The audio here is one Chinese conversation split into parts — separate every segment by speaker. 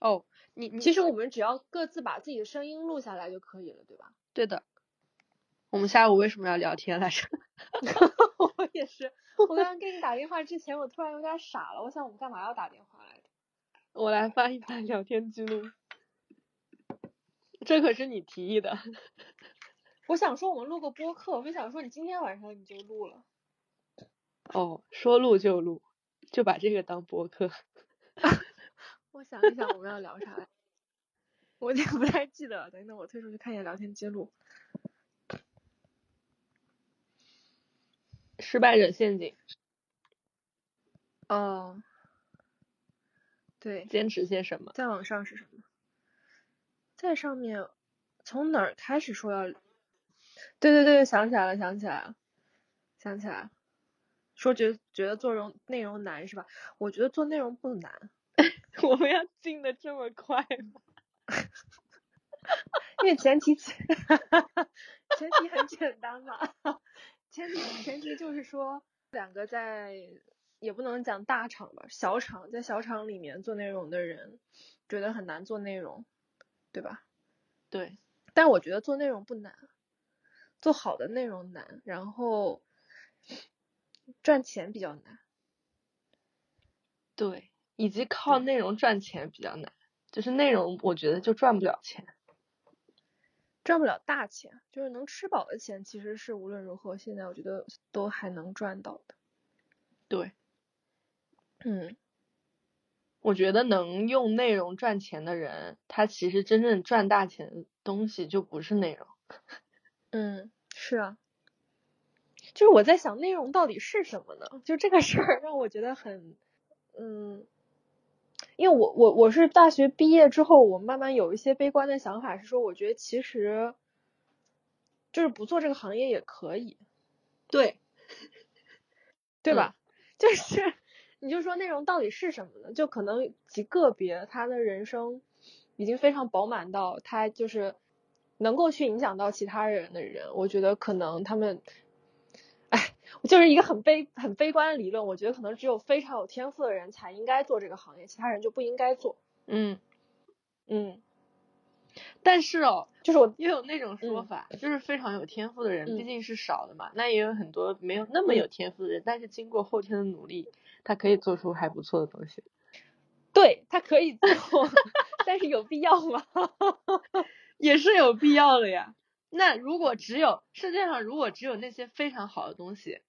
Speaker 1: 哦，你你
Speaker 2: 其实我们只要各自把自己的声音录下来就可以了， 对吧？
Speaker 1: 对的。我们下午为什么要聊天来着？
Speaker 2: 我也是，我刚刚给你打电话之前，我突然有点傻了，我想我们干嘛要打电话来着？
Speaker 1: 我来翻一翻聊天记录，这可是你提议的。
Speaker 2: 我想说我们录个播客，我就想说你今天晚上你就录了。
Speaker 1: 哦，说录就录，就把这个当播客。
Speaker 2: 我想一想我们要聊啥来， 我已经不太记得了。等等，我退出去看一眼聊天记录。
Speaker 1: 失败者陷阱，
Speaker 2: 哦，对，
Speaker 1: 坚持些什么？
Speaker 2: 再往上是什么？在上面从哪儿开始说要？对对对，想起来了，想起来了，想起来了。说觉得觉得做容内容难是吧？我觉得做内容不难，
Speaker 1: 我们要进的这么快吗？
Speaker 2: 因为前提前 前提很简单嘛，前提前提就是说两个在也不能讲大厂吧，小厂在小厂里面做内容的人觉得很难做内容，对吧？
Speaker 1: 对，
Speaker 2: 但我觉得做内容不难，做好的内容难，然后赚钱比较难。
Speaker 1: 对，以及靠内容赚钱比较难，就是内容我觉得就赚不了钱。
Speaker 2: 赚不了大钱，就是能吃饱的钱，其实是无论如何现在我觉得都还能赚到的。
Speaker 1: 对，
Speaker 2: 嗯，
Speaker 1: 我觉得能用内容赚钱的人，他其实真正赚大钱的东西就不是内容。
Speaker 2: 嗯，是啊，就是我在想内容到底是什么呢？就这个事儿让我觉得很，嗯，因为我我我是大学毕业之后，我慢慢有一些悲观的想法，是说我觉得其实就是不做这个行业也可以，
Speaker 1: 对，
Speaker 2: 对吧？ 就是你就说内容到底是什么呢？就可能极个别他的人生已经非常饱满到他就是能够去影响到其他人的人，我觉得可能他们，哎，就是一个很悲很悲观的理论。我觉得可能只有非常有天赋的人才应该做这个行业，其他人就不应该做。
Speaker 1: 嗯，
Speaker 2: 嗯，
Speaker 1: 但是哦，
Speaker 2: 就是我
Speaker 1: 也有那种说
Speaker 2: 嗯
Speaker 1: 法，就是非常有天赋的人、
Speaker 2: 嗯
Speaker 1: 毕竟是少的嘛，那也有很多没有那么有天赋的人，但是经过后天的努力，他可以做出还不错的东西。
Speaker 2: 对他可以做， 但是有必要吗？
Speaker 1: 也是有必要的呀。那如果只有世界上如果只有那些非常好的东西，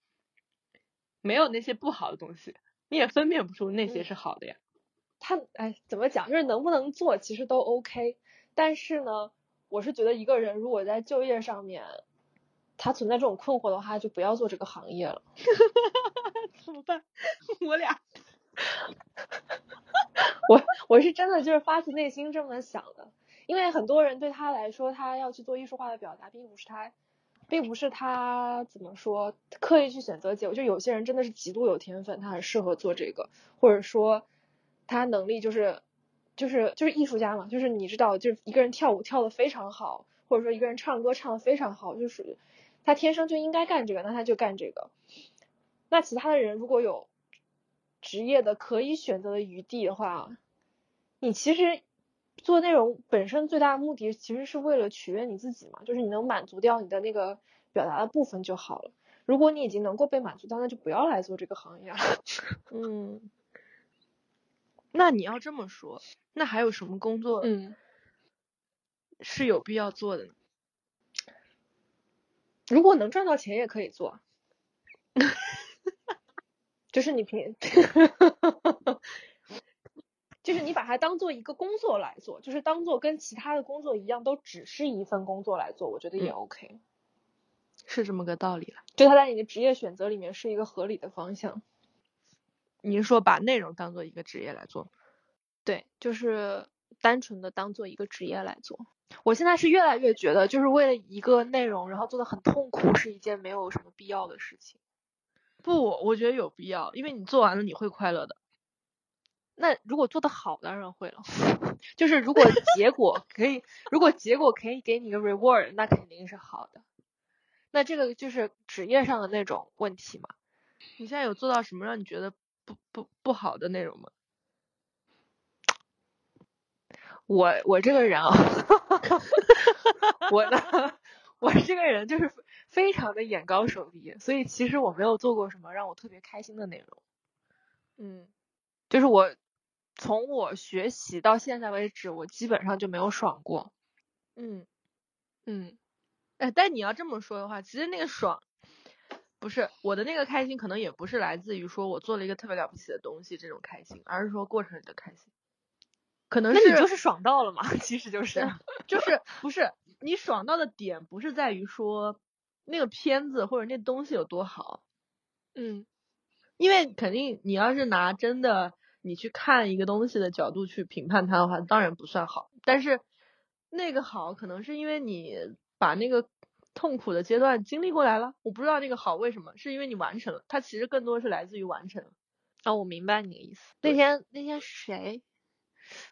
Speaker 1: 没有那些不好的东西，你也分辨不出那些
Speaker 2: 嗯
Speaker 1: 是好的呀。
Speaker 2: 他哎，怎么讲？就是能不能做，其实都 OK。但是呢，我是觉得一个人如果在就业上面，他存在这种困惑的话，就不要做这个行业了。
Speaker 1: 怎么办？ 我俩
Speaker 2: 我我是真的就是发自内心这么想的，因为很多人对他来说，他要去做艺术化的表达，并不是他，并不是他怎么说刻意去选择结果。就有些人真的是极度有天分，他很适合做这个，或者说他能力就是就是就是艺术家嘛，就是你知道，就是一个人跳舞跳的非常好，或者说一个人唱歌唱的非常好，就属于他天生就应该干这个，那他就干这个。那其他的人如果有职业的可以选择的余地的话，你其实做内容本身最大的目的其实是为了取悦你自己嘛，就是你能满足掉你的那个表达的部分就好了。如果你已经能够被满足到，那就不要来做这个行业了。
Speaker 1: 嗯，那你要这么说，那还有什么工作
Speaker 2: 嗯，
Speaker 1: 是有必要做的呢？
Speaker 2: 如果能赚到钱也可以做，就是你平，就是你把它当做一个工作来做，就是当做跟其他的工作一样，都只是一份工作来做，我觉得
Speaker 1: 嗯
Speaker 2: 也 OK。
Speaker 1: 是这么个道理了。
Speaker 2: 就它在你的职业选择里面是一个合理的方向。
Speaker 1: 你是说把内容当做一个职业来做吗？
Speaker 2: 对，就是单纯的当做一个职业来做。我现在是越来越觉得，就是为了一个内容，然后做的很痛苦，是一件没有什么必要的事情。
Speaker 1: 不，我觉得有必要，因为你做完了你会快乐的。
Speaker 2: 那如果做的好，当然会了。 就是 如果结果可以，如果结果可以给你一个 reward，那肯定是好的。那这个就是职业上的那种问题嘛。
Speaker 1: 你现在有做到什么让你觉得不不不好的内容吗？
Speaker 2: 我我这个人啊， 我呢，我这个人就是非常的眼高手低，所以其实我没有做过什么让我特别开心的内容。
Speaker 1: 嗯
Speaker 2: 就是我从我学习到现在为止，我基本上就没有爽过。
Speaker 1: 嗯，
Speaker 2: 嗯，
Speaker 1: 哎，但你要这么说的话，其实那个爽，不是我的那个开心，可能也不是来自于说我做了一个特别了不起的东西这种开心，而是说过程里的开心。可能
Speaker 2: 那你就是爽到了嘛，其实就是。
Speaker 1: 嗯就是不是你爽到的点，不是在于说那个片子或者那东西有多好，
Speaker 2: 嗯
Speaker 1: 因为肯定你要是拿真的你去看一个东西的角度去评判它的话，当然不算好。但是那个好，可能是因为你把那个痛苦的阶段经历过来了。我不知道那个好为什么，是因为你完成了。它其实更多是来自于完成。
Speaker 2: 啊、我明白你的意思。
Speaker 1: 对
Speaker 2: 那天那天谁，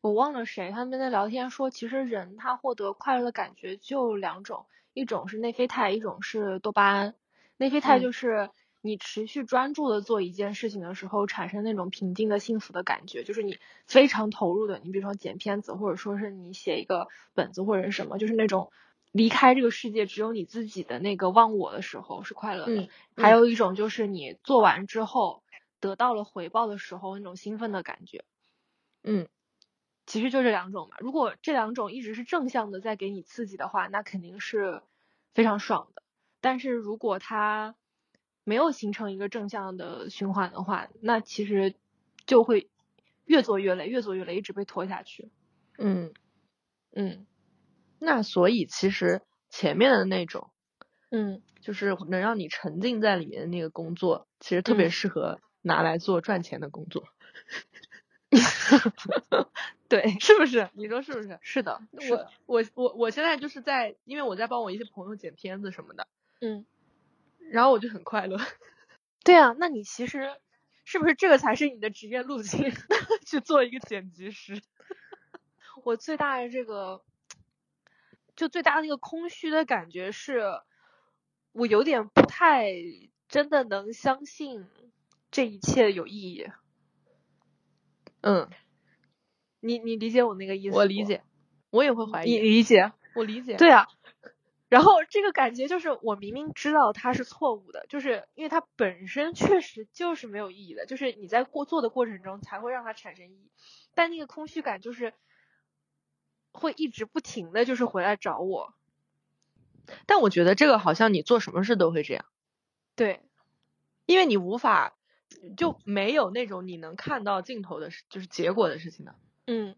Speaker 2: 我忘了谁，他们在聊天说，其实人他获得快乐的感觉就两种，一种是内啡肽，一种是多巴胺。内啡肽
Speaker 1: 嗯
Speaker 2: 就是你持续专注的做一件事情的时候，产生那种平静的幸福的感觉，就是你非常投入的，你比如说剪片子，或者说是你写一个本子或者是什么，就是那种离开这个世界只有你自己的那个忘我的时候是快乐的。
Speaker 1: 嗯
Speaker 2: 还
Speaker 1: 嗯
Speaker 2: 有一种就是你做完之后得到了回报的时候那种兴奋的感觉，
Speaker 1: 嗯
Speaker 2: 其实就这两种嘛。如果这两种一直是正向的在给你刺激的话，那肯定是非常爽的。但是如果它没有形成一个正向的循环的话，那其实就会越做越累，越做越累，一直被拖下去。
Speaker 1: 嗯，
Speaker 2: 嗯
Speaker 1: 那所以其实前面的那种
Speaker 2: 嗯，
Speaker 1: 就是能让你沉浸在里面的那个工作，其实特别
Speaker 2: 嗯
Speaker 1: 适合拿来做赚钱的工作，
Speaker 2: 对，
Speaker 1: 是不是？你说是不是？
Speaker 2: 是的，是
Speaker 1: 我
Speaker 2: 的，
Speaker 1: 我我我现在就是在，因为我在帮我一些朋友剪片子什么的，
Speaker 2: 嗯。
Speaker 1: 然后我就很快乐。
Speaker 2: 对啊，那你其实是不是这个才是你的职业路径？
Speaker 1: 去做一个剪辑师。
Speaker 2: 我最大的这个，就最大的那个空虚的感觉是，我有点不太真的能相信这一切有意义。
Speaker 1: 嗯，
Speaker 2: 你你理解我那个意思？
Speaker 1: 我理。解，我也会怀
Speaker 2: 你
Speaker 1: 疑，
Speaker 2: 理解？
Speaker 1: 我理解。，
Speaker 2: 对啊。然后这个感觉就是，我明明知道它是错误的，就是因为它本身确实就是没有意义的，就是你在过做的过程中才会让它产生意义。但那个空虚感就是会一直不停的就是回来找我。
Speaker 1: 但我觉得这个好像你做什么事都会这样，
Speaker 2: 对，
Speaker 1: 因为你无法就没有那种你能看到尽头的事，就是结果的事情的。
Speaker 2: 嗯，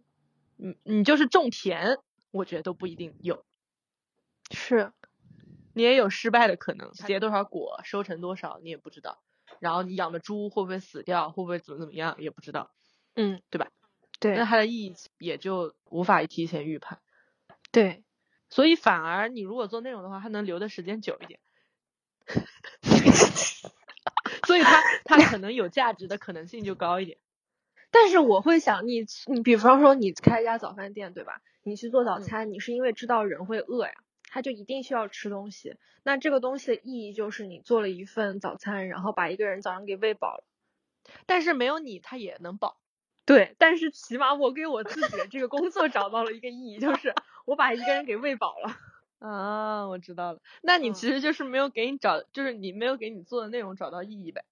Speaker 1: 你你就是种田，我觉得都不一定有，
Speaker 2: 是，
Speaker 1: 你也有失败的可能，结多少果，收成多少你也不知道。然后你养的猪会不会死掉，会不会怎么怎么样也不知道，
Speaker 2: 嗯，
Speaker 1: 对吧？那
Speaker 2: 对
Speaker 1: 它的意义也就无法提前预判。
Speaker 2: 对，
Speaker 1: 所以反而你如果做内容的话，它能留的时间久一点， 所以它它可能有价值的可能性就高一点。
Speaker 2: 但是我会想，你你比方说你开一家早饭店，对吧？你去做早
Speaker 1: 嗯
Speaker 2: 餐，你是因为知道人会饿呀，他就一定需要吃东西。那这个东西的意义就是你做了一份早餐，然后把一个人早上给喂饱了。
Speaker 1: 但是没有你，它也能饱。
Speaker 2: 对，但是起码我给我自己的这个工作找到了一个意义，就是我把一个人给喂饱了。
Speaker 1: 啊，我知道了。那你
Speaker 2: 嗯
Speaker 1: 其实就是没有给你找，就是你没有给你做的内容找到意义呗。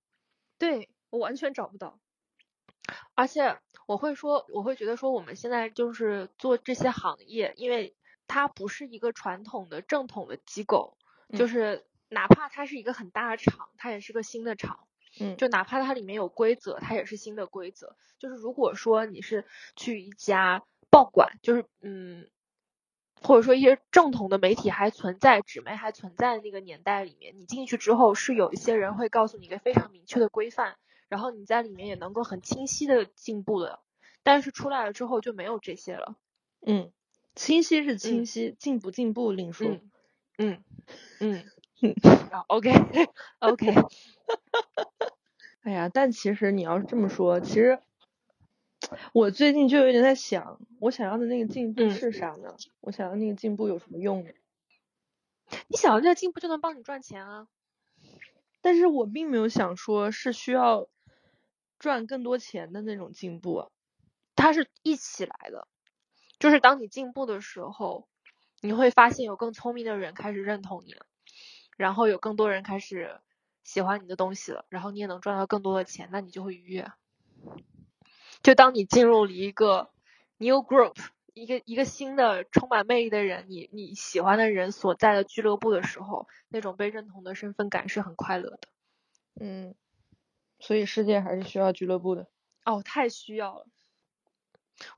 Speaker 2: 对我完全找不到。而且我会说，我会觉得说，我们现在就是做这些行业，因为它不是一个传统的正统的机构，
Speaker 1: 嗯
Speaker 2: 就是哪怕它是一个很大的厂，它也是个新的厂，
Speaker 1: 嗯
Speaker 2: 就哪怕它里面有规则，它也是新的规则。就是如果说你是去一家报馆，就是嗯，或者说一些正统的媒体还存在、纸媒还存在的那个年代里面，你进去之后是有一些人会告诉你一个非常明确的规范，然后你在里面也能够很清晰的进步的。但是出来了之后就没有这些了。
Speaker 1: 嗯，清晰是
Speaker 2: 嗯
Speaker 1: 清晰，进不进步另说。
Speaker 2: 嗯嗯嗯
Speaker 1: 嗯
Speaker 2: 啊，OK OK，
Speaker 1: 哎呀，但其实你要是这么说，其实我最近就有点在想，我想要的那个进步
Speaker 2: 嗯
Speaker 1: 是啥呢？我想要那个进步有什么用呢？
Speaker 2: 你想要这个进步就能帮你赚钱啊。
Speaker 1: 但是我并没有想说是需要赚更多钱的那种进步啊。
Speaker 2: 它是一起来的，就是当你进步的时候，你会发现有更聪明的人开始认同你了，然后有更多人开始喜欢你的东西了，然后你也能赚到更多的钱，那你就会愉悦。就当你进入了一个 new group，一个一个新的充满魅力的人，你你喜欢的人所在的俱乐部的时候，那种被认同的身份感是很快乐的。
Speaker 1: 嗯，所以世界还是需要俱乐部的。
Speaker 2: 哦，太需要了。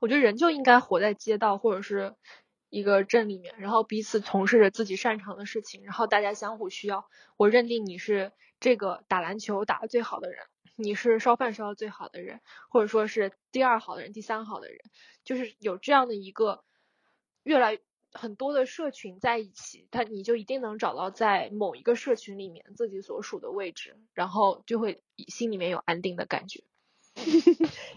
Speaker 2: 我觉得人就应该活在街道或者是一个镇里面，然后彼此从事着自己擅长的事情，然后大家相互需要。我认定你是这个打篮球打的最好的人，你是烧饭烧的最好的人，或者说是第二好的人、第三好的人，就是有这样的一个越来很多的社群在一起，他你就一定能找到在某一个社群里面自己所属的位置，然后就会心里面有安定的感觉。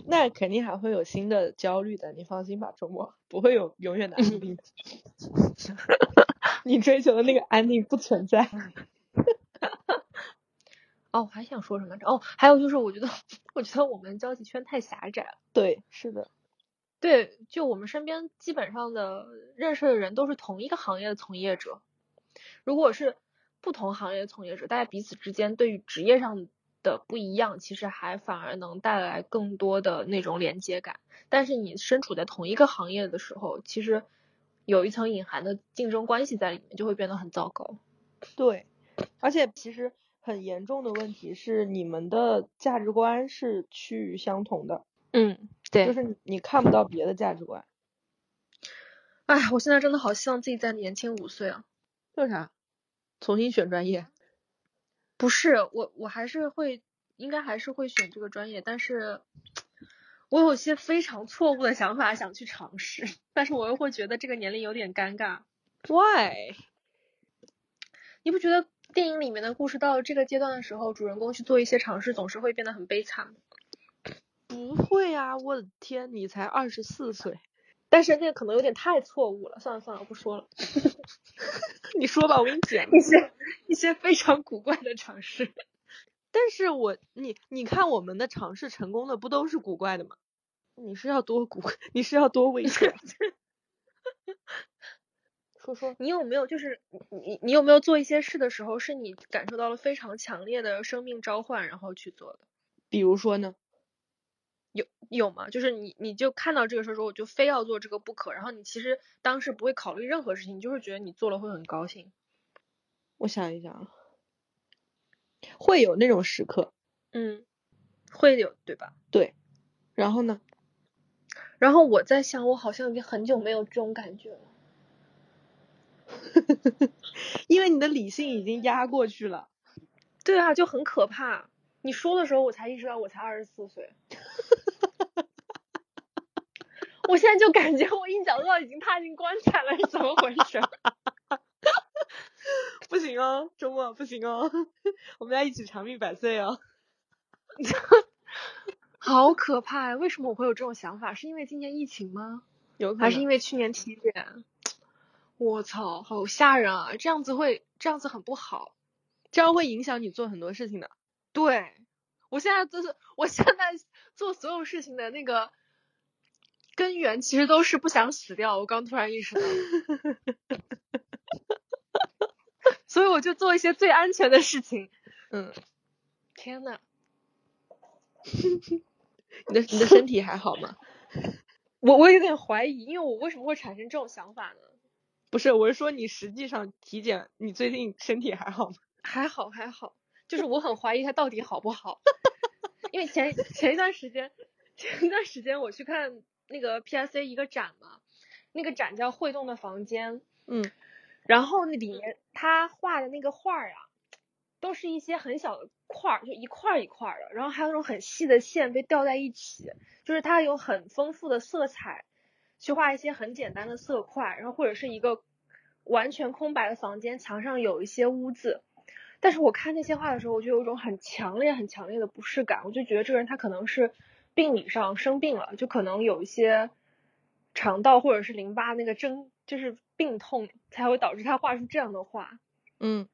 Speaker 1: 那肯定还会有新的焦虑的，你放心吧，周末不会有永远的安定。 你追求的那个安定不存在。
Speaker 2: 哦，我还想说什么来着？哦，还有就是，我觉得，我觉得我们交际圈太狭窄了。
Speaker 1: 对，是的，
Speaker 2: 对，就我们身边基本上的认识的人都是同一个行业的从业者。如果是不同行业的从业者，大家彼此之间对于职业上的不一样，其实还反而能带来更多的那种连接感。但是你身处在同一个行业的时候，其实有一层隐含的竞争关系在里面，就会变得很糟糕。
Speaker 1: 对，而且其实很严重的问题是，你们的价值观是趋于相同的，
Speaker 2: 嗯，对
Speaker 1: 就。是你看不到别的价值观。
Speaker 2: 哎，我现在真的好希望自己再年轻五岁啊。
Speaker 1: 为啥？重新选专业。
Speaker 2: 不是，我我还是会，应该还是会选这个专业，但是我有些非常错误的想法想去尝试，但是我又会觉得这个年龄有点尴尬。
Speaker 1: Why？
Speaker 2: 你不觉得电影里面的故事到了这个阶段的时候，主人公去做一些尝试，总是会变得很悲惨吗？
Speaker 1: 不会啊！我的天，你才二十四岁，
Speaker 2: 但是那个可能有点太错误了，算了算了，我不说了。
Speaker 1: 你说吧，我给你剪了
Speaker 2: 一些一些非常古怪的尝试，
Speaker 1: 但是我你你看我们的尝试成功的不都是古怪的吗？你是要多古怪，你是要多危险 说说，
Speaker 2: 你有没有就是你你你有没有做一些事的时候，是你感受到了非常强烈的生命召唤，然后去做的？
Speaker 1: 比如说呢？
Speaker 2: 有有吗？就是你你就看到这个事儿说我就非要做这个不可，然后你其实当时不会考虑任何事情，你就是觉得你做了会很高兴。
Speaker 1: 我想一想啊，会有那种时刻，
Speaker 2: 嗯，会有对吧？
Speaker 1: 对。然后呢？
Speaker 2: 然后我在想，我好像已经很久没有这种感觉了。
Speaker 1: 因为你的理性已经压过去了。
Speaker 2: 对啊，就很可怕。你说的时候，我才意识到我才二十四岁。 我现在就感觉我一想到已经踏进棺材了，是怎么回事？
Speaker 1: 不行哦，周末不行哦， 我们要一起长命百岁哦。
Speaker 2: 好可怕呀！为什么我会有这种想法？是因为今年疫情吗？
Speaker 1: 有可
Speaker 2: 还是
Speaker 1: 能
Speaker 2: 因为去年体检？我操，好吓人啊！这样子会，这样子很不好。
Speaker 1: 这样会影响你做很多事情的。
Speaker 2: 对，我现在就是，我现在做所有事情的那个根源，其实都是不想死掉。我刚突然意识到，所以我就做一些最安全的事情。
Speaker 1: 嗯，
Speaker 2: 天呐，
Speaker 1: 你的你的身体还好吗？
Speaker 2: 我我有点怀疑，因为我为什么会产生这种想法呢？
Speaker 1: 不是，我是说你实际上体检，你最近身体还好吗？
Speaker 2: 还好还好，就是我很怀疑它到底好不好， 因为前前一段时间，前一段时间我去看那个 PSA 一个展嘛，那个展叫《会动的房间》，
Speaker 1: 嗯，
Speaker 2: 然后那里面他画的那个画儿啊，都是一些很小的块儿，就一块儿一块儿的，然后还有那种很细的线被吊在一起，就是它有很丰富的色彩，去画一些很简单的色块，然后或者是一个完全空白的房间，墙上有一些污渍。但是我看那些画的时候，我就有一种很强烈、很强烈的不适感，我就觉得这个人他可能是病理上生病了，就可能有一些肠道或者是淋巴那个征，就是病痛才会导致他画出这样的画。
Speaker 1: 嗯，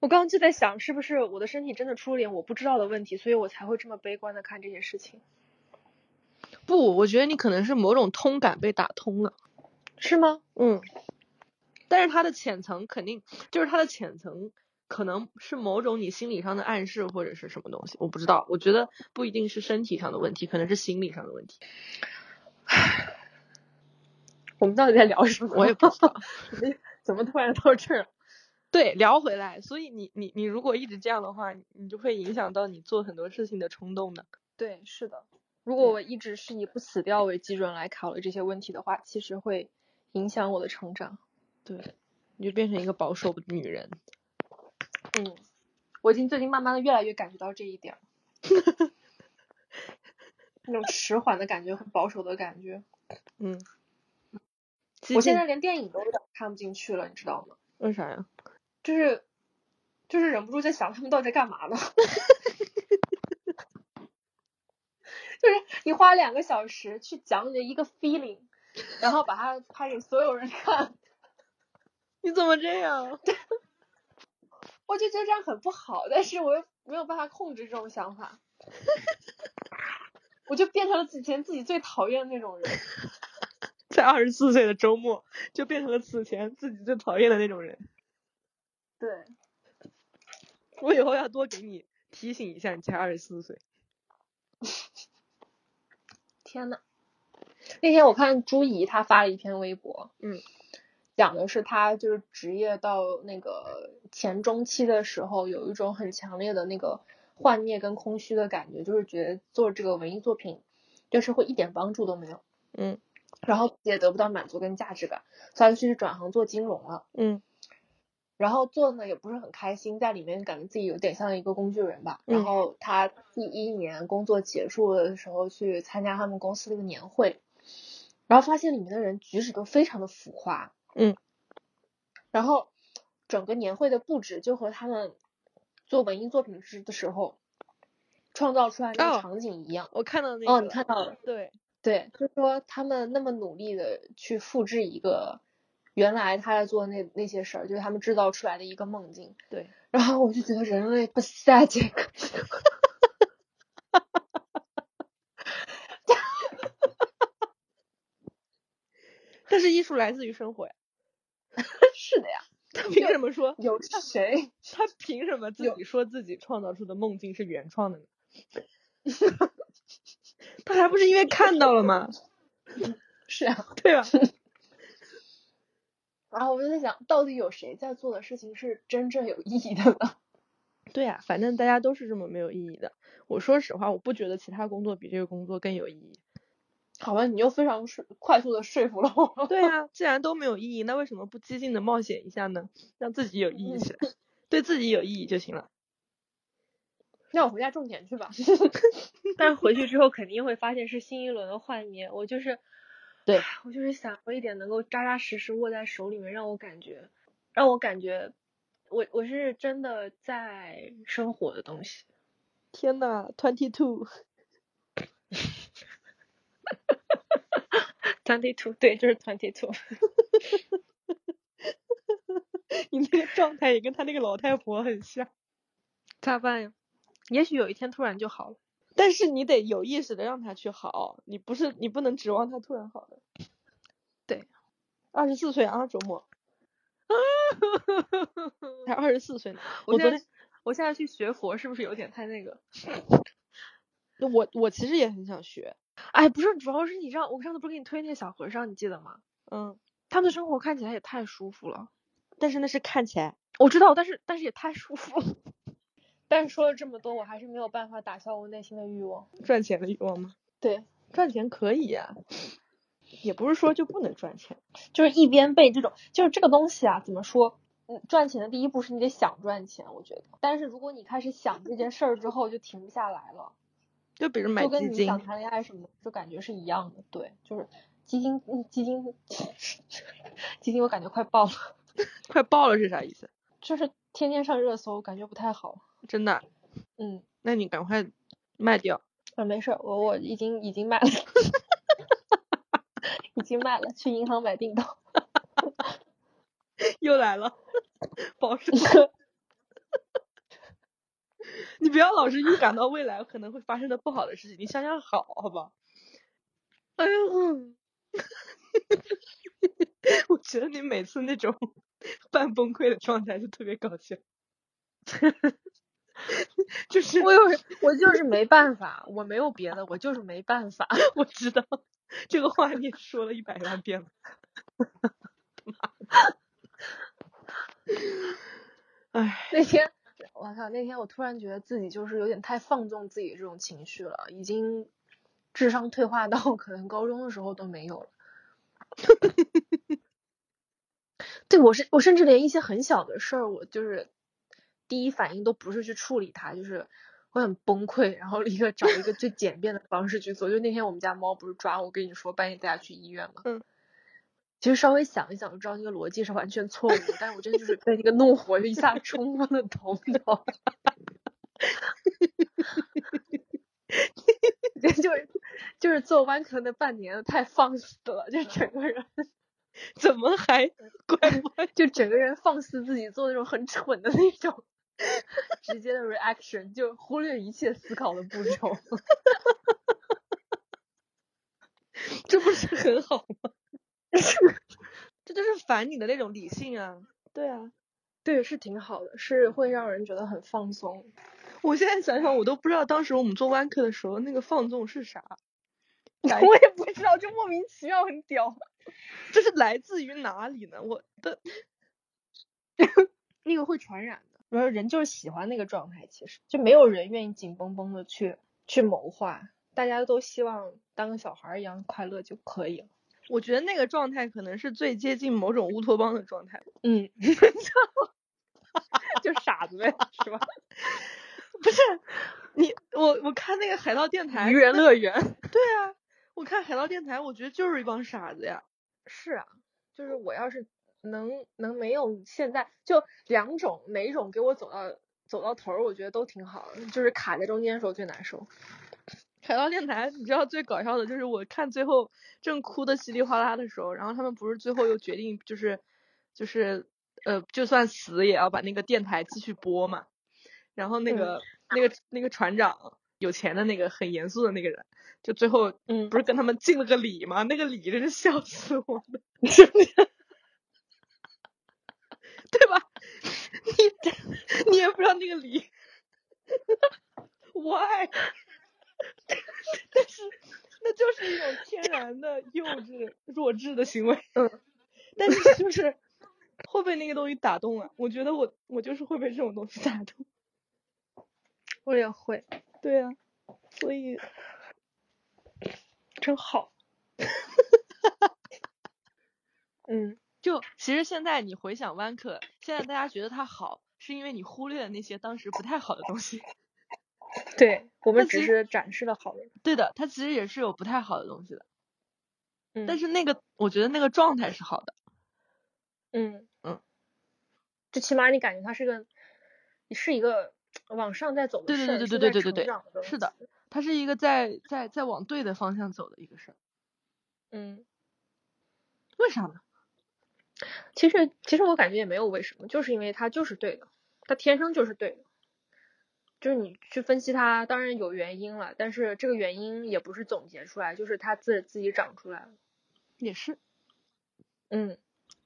Speaker 2: 我刚刚就在想，是不是我的身体真的出了点我不知道的问题，所以我才会这么悲观的看这些事情。
Speaker 1: 不，我觉得你可能是某种通感被打通了，
Speaker 2: 是吗？
Speaker 1: 嗯，但是它的浅层肯定就是它的浅层。可能是某种你心理上的暗示或者是什么东西，我不知道。我觉得不一定是身体上的问题，可能是心理上的问题。
Speaker 2: 我们到底在聊什么？
Speaker 1: 我 也不知道，
Speaker 2: 怎么突然到这儿？
Speaker 1: 对，聊回来，所以你你你如果一直这样的话，你就会影响到你做很多事情的冲动的。
Speaker 2: 对，是的。如果我一直是以不死掉为基准来考虑这些问题的话，其实会影响我的成长。
Speaker 1: 对，你就变成一个保守的女人。
Speaker 2: 嗯，我已经最近慢慢的越来越感觉到这一点了，那种迟缓的感觉，很保守的感觉。
Speaker 1: 嗯，
Speaker 2: 我现在连电影都有点看不进去了，你知道吗？
Speaker 1: 为啥呀？
Speaker 2: 就是就是忍不住在想他们到底在干嘛呢？就是你花两个小时去讲你的一个 feeling，然后把它拍给所有人看，
Speaker 1: 你怎么这样？
Speaker 2: 我就觉得这样很不好，但是我又没有办法控制这种想 法，我就变成了以前自己最讨厌的那种人。
Speaker 1: 在二十四岁的周末，就变成了此前自己最讨厌的那种人。
Speaker 2: 对，
Speaker 1: 我以后要多给你提醒一下，你才二十四岁。
Speaker 2: 天呐，那天我看朱怡她发了一篇微博，
Speaker 1: 嗯，
Speaker 2: 讲的是她就是职业到那个前中期的时候，有一种很强烈的那个幻灭跟空虚的感觉，就是觉得做这个文艺作品对社会一点帮助都没有，
Speaker 1: 嗯
Speaker 2: 然后也得不到满足跟价值感，所以她就去转行做金融了。
Speaker 1: 嗯
Speaker 2: 然后做呢也不是很开心，在里面感觉自己有点像一个工具人吧。
Speaker 1: 嗯
Speaker 2: 然后他第一年工作结束的时候去参加他们公司的一个年会，然后发现里面的人举止都非常的浮夸，
Speaker 1: 嗯，
Speaker 2: 然后整个年会的布置就和他们做文艺作品时的时候创造出来那
Speaker 1: 哦
Speaker 2: 个场景一样。
Speaker 1: 我看到那个。
Speaker 2: 哦，你看到了。
Speaker 1: 对，
Speaker 2: 对，就是说他们那么努力的去复制一个原来他在做的那那些事儿，就是他们制造出来的一个梦境。
Speaker 1: 对，
Speaker 2: 然后我就觉得人类不下这个，
Speaker 1: 但是艺术来自于生活呀，
Speaker 2: 是的呀，
Speaker 1: 他凭什么说？
Speaker 2: 有谁？
Speaker 1: 他凭什么自
Speaker 2: 有
Speaker 1: 己说自己创造出的梦境是原创的 呢？他还不是因为看到了吗？
Speaker 2: 是啊。
Speaker 1: 对吧？
Speaker 2: 然后我就在想，到底有谁在做的事情是真正有意义的呢？
Speaker 1: 对呀、反正大家都是这么没有意义的。我说实话，我不觉得其他工作比这个工作更有意义。
Speaker 2: 好吧，你又非常说快速的说服了我。
Speaker 1: 对啊， 既然都没有意义，那为什么不激进的冒险一下呢？让自己有意义起来， 对自己有意义就行了。
Speaker 2: 那我回家种田去吧。 但回去之后肯定会发现是新一轮的幻灭。我就是，
Speaker 1: 对
Speaker 2: 我就是想有一点能够扎扎实实握在手里面，让我感觉，让我感觉，我我是真的在生活的东西。
Speaker 1: 天呐，twenty two，
Speaker 2: Twenty two，对，就是 twenty two。
Speaker 1: 你那个状态也跟他那个老太婆很像。
Speaker 2: 咋办呀？也许有一天突然就好了。
Speaker 1: 但是你得有意识的让他去好，你不是你不能指望他突然好的。
Speaker 2: 对，
Speaker 1: 二十四岁啊，周末才二十四岁呢。
Speaker 2: 我
Speaker 1: 啊 我昨
Speaker 2: 现
Speaker 1: 天
Speaker 2: 在我现在去学佛，是不是有点太那个？
Speaker 1: 我我其实也很想学，
Speaker 2: 哎，不是，主要是你让我上次不是给你推那个小和尚，你记得吗？
Speaker 1: 嗯，
Speaker 2: 他们的生活看起来也太舒服了。
Speaker 1: 但是那是看起来。
Speaker 2: 我知道，但是但是也太舒服了。 但是说了这么多，我还是没有办法打消我内心的欲望。
Speaker 1: 赚钱的欲望吗？
Speaker 2: 对，
Speaker 1: 赚钱可以呀、也不是说就不能赚钱。
Speaker 2: 就是一边被这种，就是这个东西啊，怎么说？嗯，赚钱的第一步是你得想赚钱，我觉得。但是如果你开始想这件事儿之后，就停不下来了，
Speaker 1: 就比如买
Speaker 2: 就
Speaker 1: 基
Speaker 2: 跟你
Speaker 1: 金，
Speaker 2: 想谈恋爱什么的，就感觉是一样的。对，就是基金，嗯基金， 基金，我感觉快爆了，
Speaker 1: 快爆了是啥意思？
Speaker 2: 就是天天上热搜，感觉不太好。
Speaker 1: 真的啊？
Speaker 2: 嗯，
Speaker 1: 那你赶快卖掉。
Speaker 2: 啊，没事儿，我我已经已经卖了， 已经卖了，去银行买定投。
Speaker 1: 又来了， 保 守。你不要老是预感到未来可能会发生的不好的事情，你想想好，好吧？哎
Speaker 2: 嗯
Speaker 1: 呦， 我觉得你每次那种 半崩溃的状态就特别搞笑，就是
Speaker 2: 我有我就是没办法，我没有别的，我就是没办法。
Speaker 1: 我知道这个话你说了一百万遍了，妈的，哎，
Speaker 2: 那天我靠，那天我突然觉得自己就是有点太放纵自己这种情绪了，已经智商退化到 可能高中的时候都没有了。对我是我甚至连一些很小的事儿，我就是第一反应都不是去处理它，就是我很崩溃，然后立刻找一个最简便的方式去做。就那天我们家猫不是抓我，跟你说半夜带它去医院嘛，
Speaker 1: 嗯，
Speaker 2: 其实稍微想一想就知道那个逻辑是完全错误的，但是我真的就是被那个怒火就一下冲昏了头脑， 就是就是做湾科那半年太放肆了，就是整个人。
Speaker 1: 怎么还
Speaker 2: 嗯
Speaker 1: 怪我？
Speaker 2: 就整个人放肆自己做那种很蠢的那种直接的 reaction，就忽略一切思考的步骤。
Speaker 1: 这不是很好吗？ 这就是反你的那种理性啊！
Speaker 3: 对啊，
Speaker 2: 对，是挺好的，是会让人觉得很放松。
Speaker 1: 我现在想想，我都不知道当时我们做弯课的时候那个放纵是 啥，来
Speaker 2: 我也不知道，就莫名其妙很屌。
Speaker 1: 这是来自于哪里呢？我的
Speaker 2: 那个会传染的，然后人就是喜欢那个状态，其实就没有人愿意紧绷绷的去去谋划，大家都希望当个小孩儿一样快乐就可以了。
Speaker 1: 我觉得那个状态可能是最接近某种乌托邦的状态，
Speaker 2: 嗯， 就傻子呗，是吧？
Speaker 1: 不是？你我我看那个海盗电台
Speaker 2: 愚，人乐园。
Speaker 1: 我看海盗电台，我觉得就是一帮傻子呀。
Speaker 2: 是啊，就是我要是能能没有现在就两种，哪一种给我走到走到头儿，我觉得都挺好的。就是卡在中间的时候最难受。
Speaker 1: 海盗电台，你知道最搞笑的就是我看最后正哭的稀里哗啦的时候，然后他们不是最后又决定就是就是呃，就算死也要把那个电台继续播嘛。然后那
Speaker 2: 嗯
Speaker 1: 个、那个那个船长有钱的那个很严肃的那个人，就最后
Speaker 2: 嗯
Speaker 1: 不是跟他们敬了个礼吗？那个礼真是笑死我了， 对吧？你你也不知道那个礼 why，但是那就是一种天然的幼稚弱智的行为。
Speaker 2: 嗯，
Speaker 1: 但是就是会被那个东西打动啊，我觉得我我就是会被这种东西打动。
Speaker 2: 我也会，
Speaker 1: 对啊，所以
Speaker 2: 真好。嗯，
Speaker 1: 就其实现在你回想湾课，现在大家觉得它好，是因为你忽略了那些当时不太好的东西。
Speaker 2: 对我
Speaker 1: 那
Speaker 2: 们
Speaker 1: 其
Speaker 2: 只
Speaker 1: 实
Speaker 2: 是展示了好人。
Speaker 1: 对的，它其实也是有不太好的东西的，
Speaker 2: 嗯，
Speaker 1: 但是那个我觉得那个状态是好的。
Speaker 2: 嗯
Speaker 1: 嗯，
Speaker 2: 最起码你感觉它是个，是一个往上在走的
Speaker 1: 对
Speaker 2: 事
Speaker 1: 对
Speaker 2: 儿，
Speaker 1: 对
Speaker 2: 是
Speaker 1: 对
Speaker 2: 在
Speaker 1: 对对对
Speaker 2: 成长东
Speaker 1: 是的
Speaker 2: 西，
Speaker 1: 它是一个在在在往对的方向走的一个事儿，
Speaker 2: 嗯。
Speaker 1: 为啥呢？
Speaker 2: 其实其实我感觉也没有为什么，就是因为它就是对的，它天生就是对的。就是你去分析它，当然有原因了，但是这个原因也不是总结出来，就是它自自己长出来了。
Speaker 1: 也是，
Speaker 2: 嗯，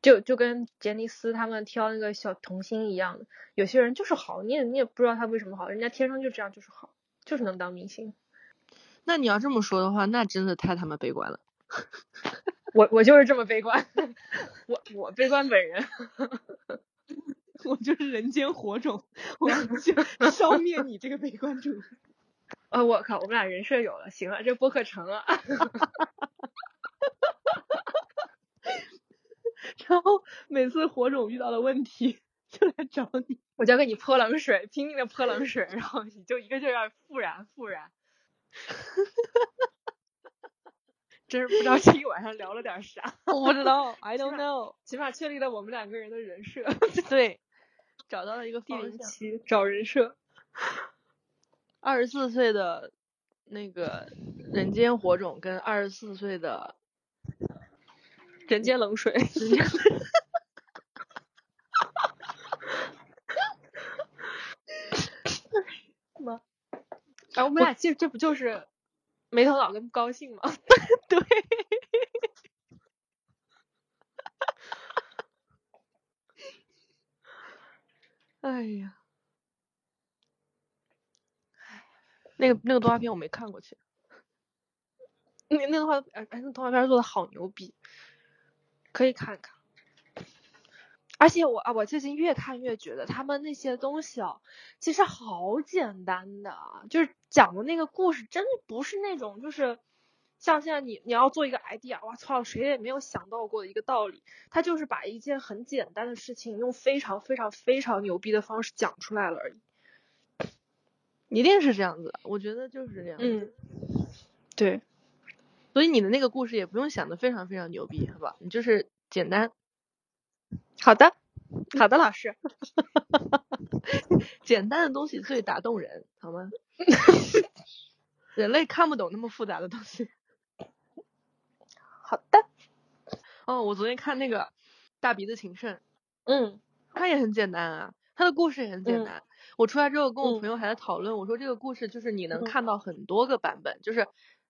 Speaker 2: 就就跟杰尼斯他们挑那个小童星一样的，有些人就是好，你也你也不知道他为什么好，人家天生就这样，就是好，就是能当明星。
Speaker 1: 那你要这么说的话，那真的太他妈悲观了。
Speaker 2: 我我就是这么悲观， 我我悲观本人。
Speaker 1: 我就是人间火种，我要去消灭你这个悲观主义。
Speaker 2: 啊、我靠，我们俩人设有了，行了，这播客成了。
Speaker 1: 然后每次火种遇到了问题，就来找你。
Speaker 2: 我就要给你泼冷水，拼命的泼冷水，然后你就一个劲儿要复燃复燃。 真是不知道这一晚上聊了点啥，
Speaker 1: 我不知道，I
Speaker 2: don't
Speaker 1: know。
Speaker 2: 起码确立了我们两个人的人设。
Speaker 1: 对，找到了一个
Speaker 2: 第
Speaker 1: 方
Speaker 2: 零
Speaker 1: 向。
Speaker 2: 期找人设，
Speaker 1: 二十四岁的那个人间火种跟二十四岁的
Speaker 2: 人间冷水。吗？哎，我们俩其实这不就是没头脑跟不高兴吗？
Speaker 1: 对哎呀，那个那个动画片我没看过，其实
Speaker 2: 那那动画，哎，那动画片做的好牛逼，可以看看。而且我啊，我最近越看越觉得他们那些东西哦，其实好简单的，啊就是讲的那个故事，真的不是那种就是像现在你你要做一个 idea，哇操，谁也没有想到过的一个道理，他就是把一件很简单的事情用非常非常非常牛逼的方式讲出来了而已。
Speaker 1: 一定是这样子的，我觉得就是这样子。
Speaker 2: 嗯，对，
Speaker 1: 所以你的那个故事也不用想的非常非常牛逼，好吧？你就是简单
Speaker 2: 好的，好的，老师，
Speaker 1: 简单的东西最打动人，好 吗？人类看不懂那么复杂的东西。
Speaker 2: 好的，
Speaker 1: 哦，我昨天看那个大鼻子情圣，
Speaker 2: 嗯
Speaker 1: 它也很简单啊，它的故事也很简
Speaker 2: 嗯
Speaker 1: 单。我出来之后跟我
Speaker 2: 嗯
Speaker 1: 朋友还在讨论，我说这个故事就是你能
Speaker 2: 嗯
Speaker 1: 看到很多个版本，就是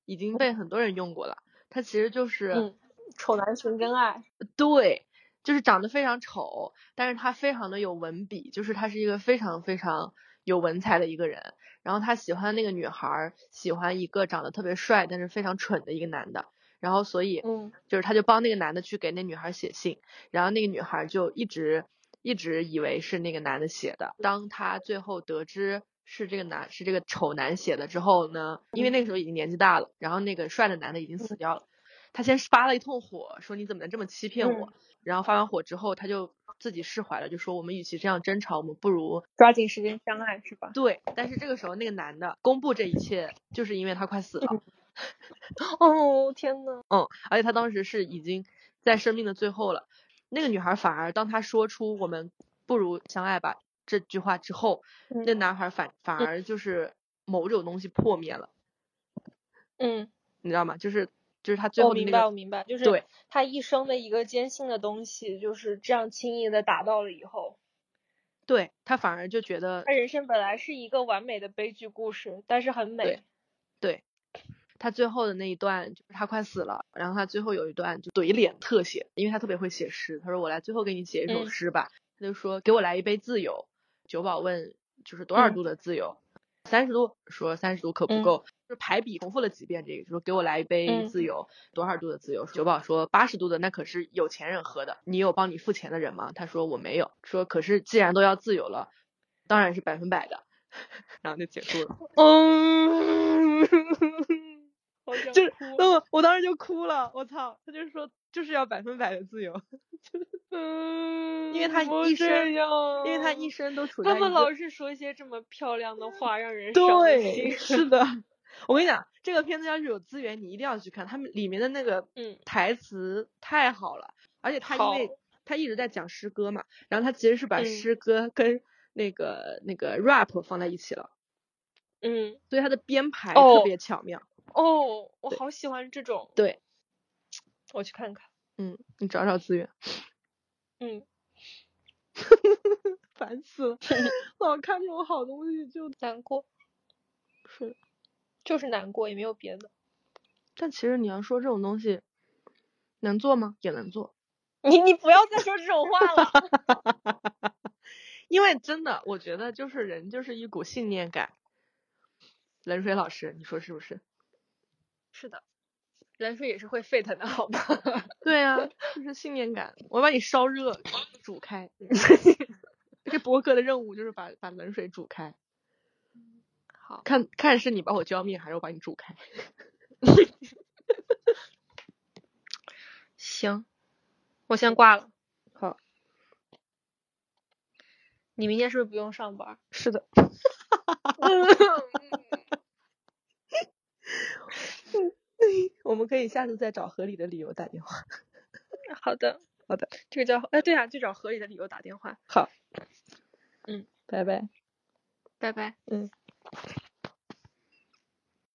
Speaker 1: 已经被很多人用过了。它其实就是、
Speaker 2: 嗯，丑男寻真爱，
Speaker 1: 对，就是长得非常丑，但是他非常的有文笔，就是他是一个非常非常有文采的一个人。然后他喜欢那个女孩儿，喜欢一个长得特别帅但是非常蠢的一个男的。然后所以，
Speaker 2: 嗯
Speaker 1: 就是他就帮那个男的去给那女孩儿写信，然后那个女孩儿就一直一直以为是那个男的写的。当他最后得知是这个男是这个丑男写的之后呢，因为那个时候已经年纪大了，然后那个帅的男的已经死掉了。他先是发了一通火，说你怎么能这么欺骗我？然后发完火之后，他就自己释怀了，就说我们与其这样争吵，我们不如
Speaker 2: 抓紧时间相爱是吧？
Speaker 1: 对。但是这个时候，那个男的公布这一切，就是因为他快死了，
Speaker 2: 哦天呐，
Speaker 1: 嗯，而且他当时是已经在生命的最后了。那个女孩反而当她说出“我们不如相爱吧”这句话之后，那
Speaker 2: 嗯
Speaker 1: 男孩反反而就是某种东西破灭了，
Speaker 2: 嗯，
Speaker 1: 你知道吗？就是就是他最
Speaker 2: 我
Speaker 1: 后的
Speaker 2: 哦明
Speaker 1: 那
Speaker 2: 白，我
Speaker 1: 个
Speaker 2: 明白，就是
Speaker 1: 对
Speaker 2: 他一生的一个坚信的东西，就是这样轻易的打到了以后，
Speaker 1: 对，他反而就觉得
Speaker 2: 他人生本来是一个完美的悲剧故事，但是很美
Speaker 1: 对。他最后的那一段就是他快死了，然后他最后有一段就怼脸特写，因为他特别会写诗。他说：“我来最后给你写一首
Speaker 2: 嗯
Speaker 1: 诗吧。他就说：“给我来一杯自由。”九保问：“就是多少
Speaker 2: 嗯
Speaker 1: 度的自由？”三十度，说三十度可不
Speaker 2: 嗯
Speaker 1: 够，就是排比重复了几遍这个，就说给我来一杯
Speaker 2: 嗯
Speaker 1: 自由，多少度的自由？九保说八十度的那可是有钱人喝的，你有帮你付钱的人吗？他说我没有，说可是既然都要自由了，当然是百分百的， 然后就结束了。
Speaker 2: 嗯，好想
Speaker 1: 就是
Speaker 2: 哭
Speaker 1: 那我我当时就哭了，我操！他就是说就是要百分百的自由，
Speaker 2: 嗯，
Speaker 1: 因为他
Speaker 2: 不
Speaker 1: 一
Speaker 2: 这
Speaker 1: 生
Speaker 2: 样
Speaker 1: 因为他一生都处在
Speaker 2: 他
Speaker 1: 一
Speaker 2: 们
Speaker 1: 个
Speaker 2: 嗯老是说一些这么漂亮的话，让人伤
Speaker 1: 对，
Speaker 2: 心。
Speaker 1: 是的。 我跟你讲，这个片子要是有资源，你一定要去看，他们里面的那个
Speaker 2: 嗯
Speaker 1: 台词太好了，而且他因为
Speaker 2: 好
Speaker 1: 他一直在讲诗歌嘛，然后他其实是把
Speaker 2: 嗯
Speaker 1: 诗歌跟那个、那个 rap 放在一起了，
Speaker 2: 嗯，
Speaker 1: 所以他的编排
Speaker 2: 哦
Speaker 1: 特别巧妙。
Speaker 2: 哦，我好喜欢这种，
Speaker 1: 对，
Speaker 2: 我去看看。
Speaker 1: 嗯，你找找资源，
Speaker 2: 嗯。
Speaker 1: 烦死了，老看这种好东西就
Speaker 2: 难过，
Speaker 1: 是的。
Speaker 2: 就是难过，也没有别的。
Speaker 1: 但其实你要说这种东西能做吗？也能做，
Speaker 2: 你你不要再说这种话了。
Speaker 1: 因为真的，我觉得就是人就是一股信念感。冷水老师，你说是不是？
Speaker 2: 是的，人水也是会沸腾的，好吗？
Speaker 1: 对啊，就是信念感。我把你烧热，煮开。 这博客的任务就是把把冷水煮开，
Speaker 2: 好，
Speaker 1: 看看是你把我浇灭，还是我把你煮开。
Speaker 2: 行，我先挂了。
Speaker 1: 好，
Speaker 2: 你明天是不是不用上班？
Speaker 1: 是的， 我们可以下次再找合理的理由打电话。
Speaker 2: 好的，
Speaker 1: 好的，
Speaker 2: 这个叫哎对啊，就找合理的理由打电话。
Speaker 1: 好，
Speaker 2: 嗯，
Speaker 1: 拜拜。
Speaker 2: 拜拜。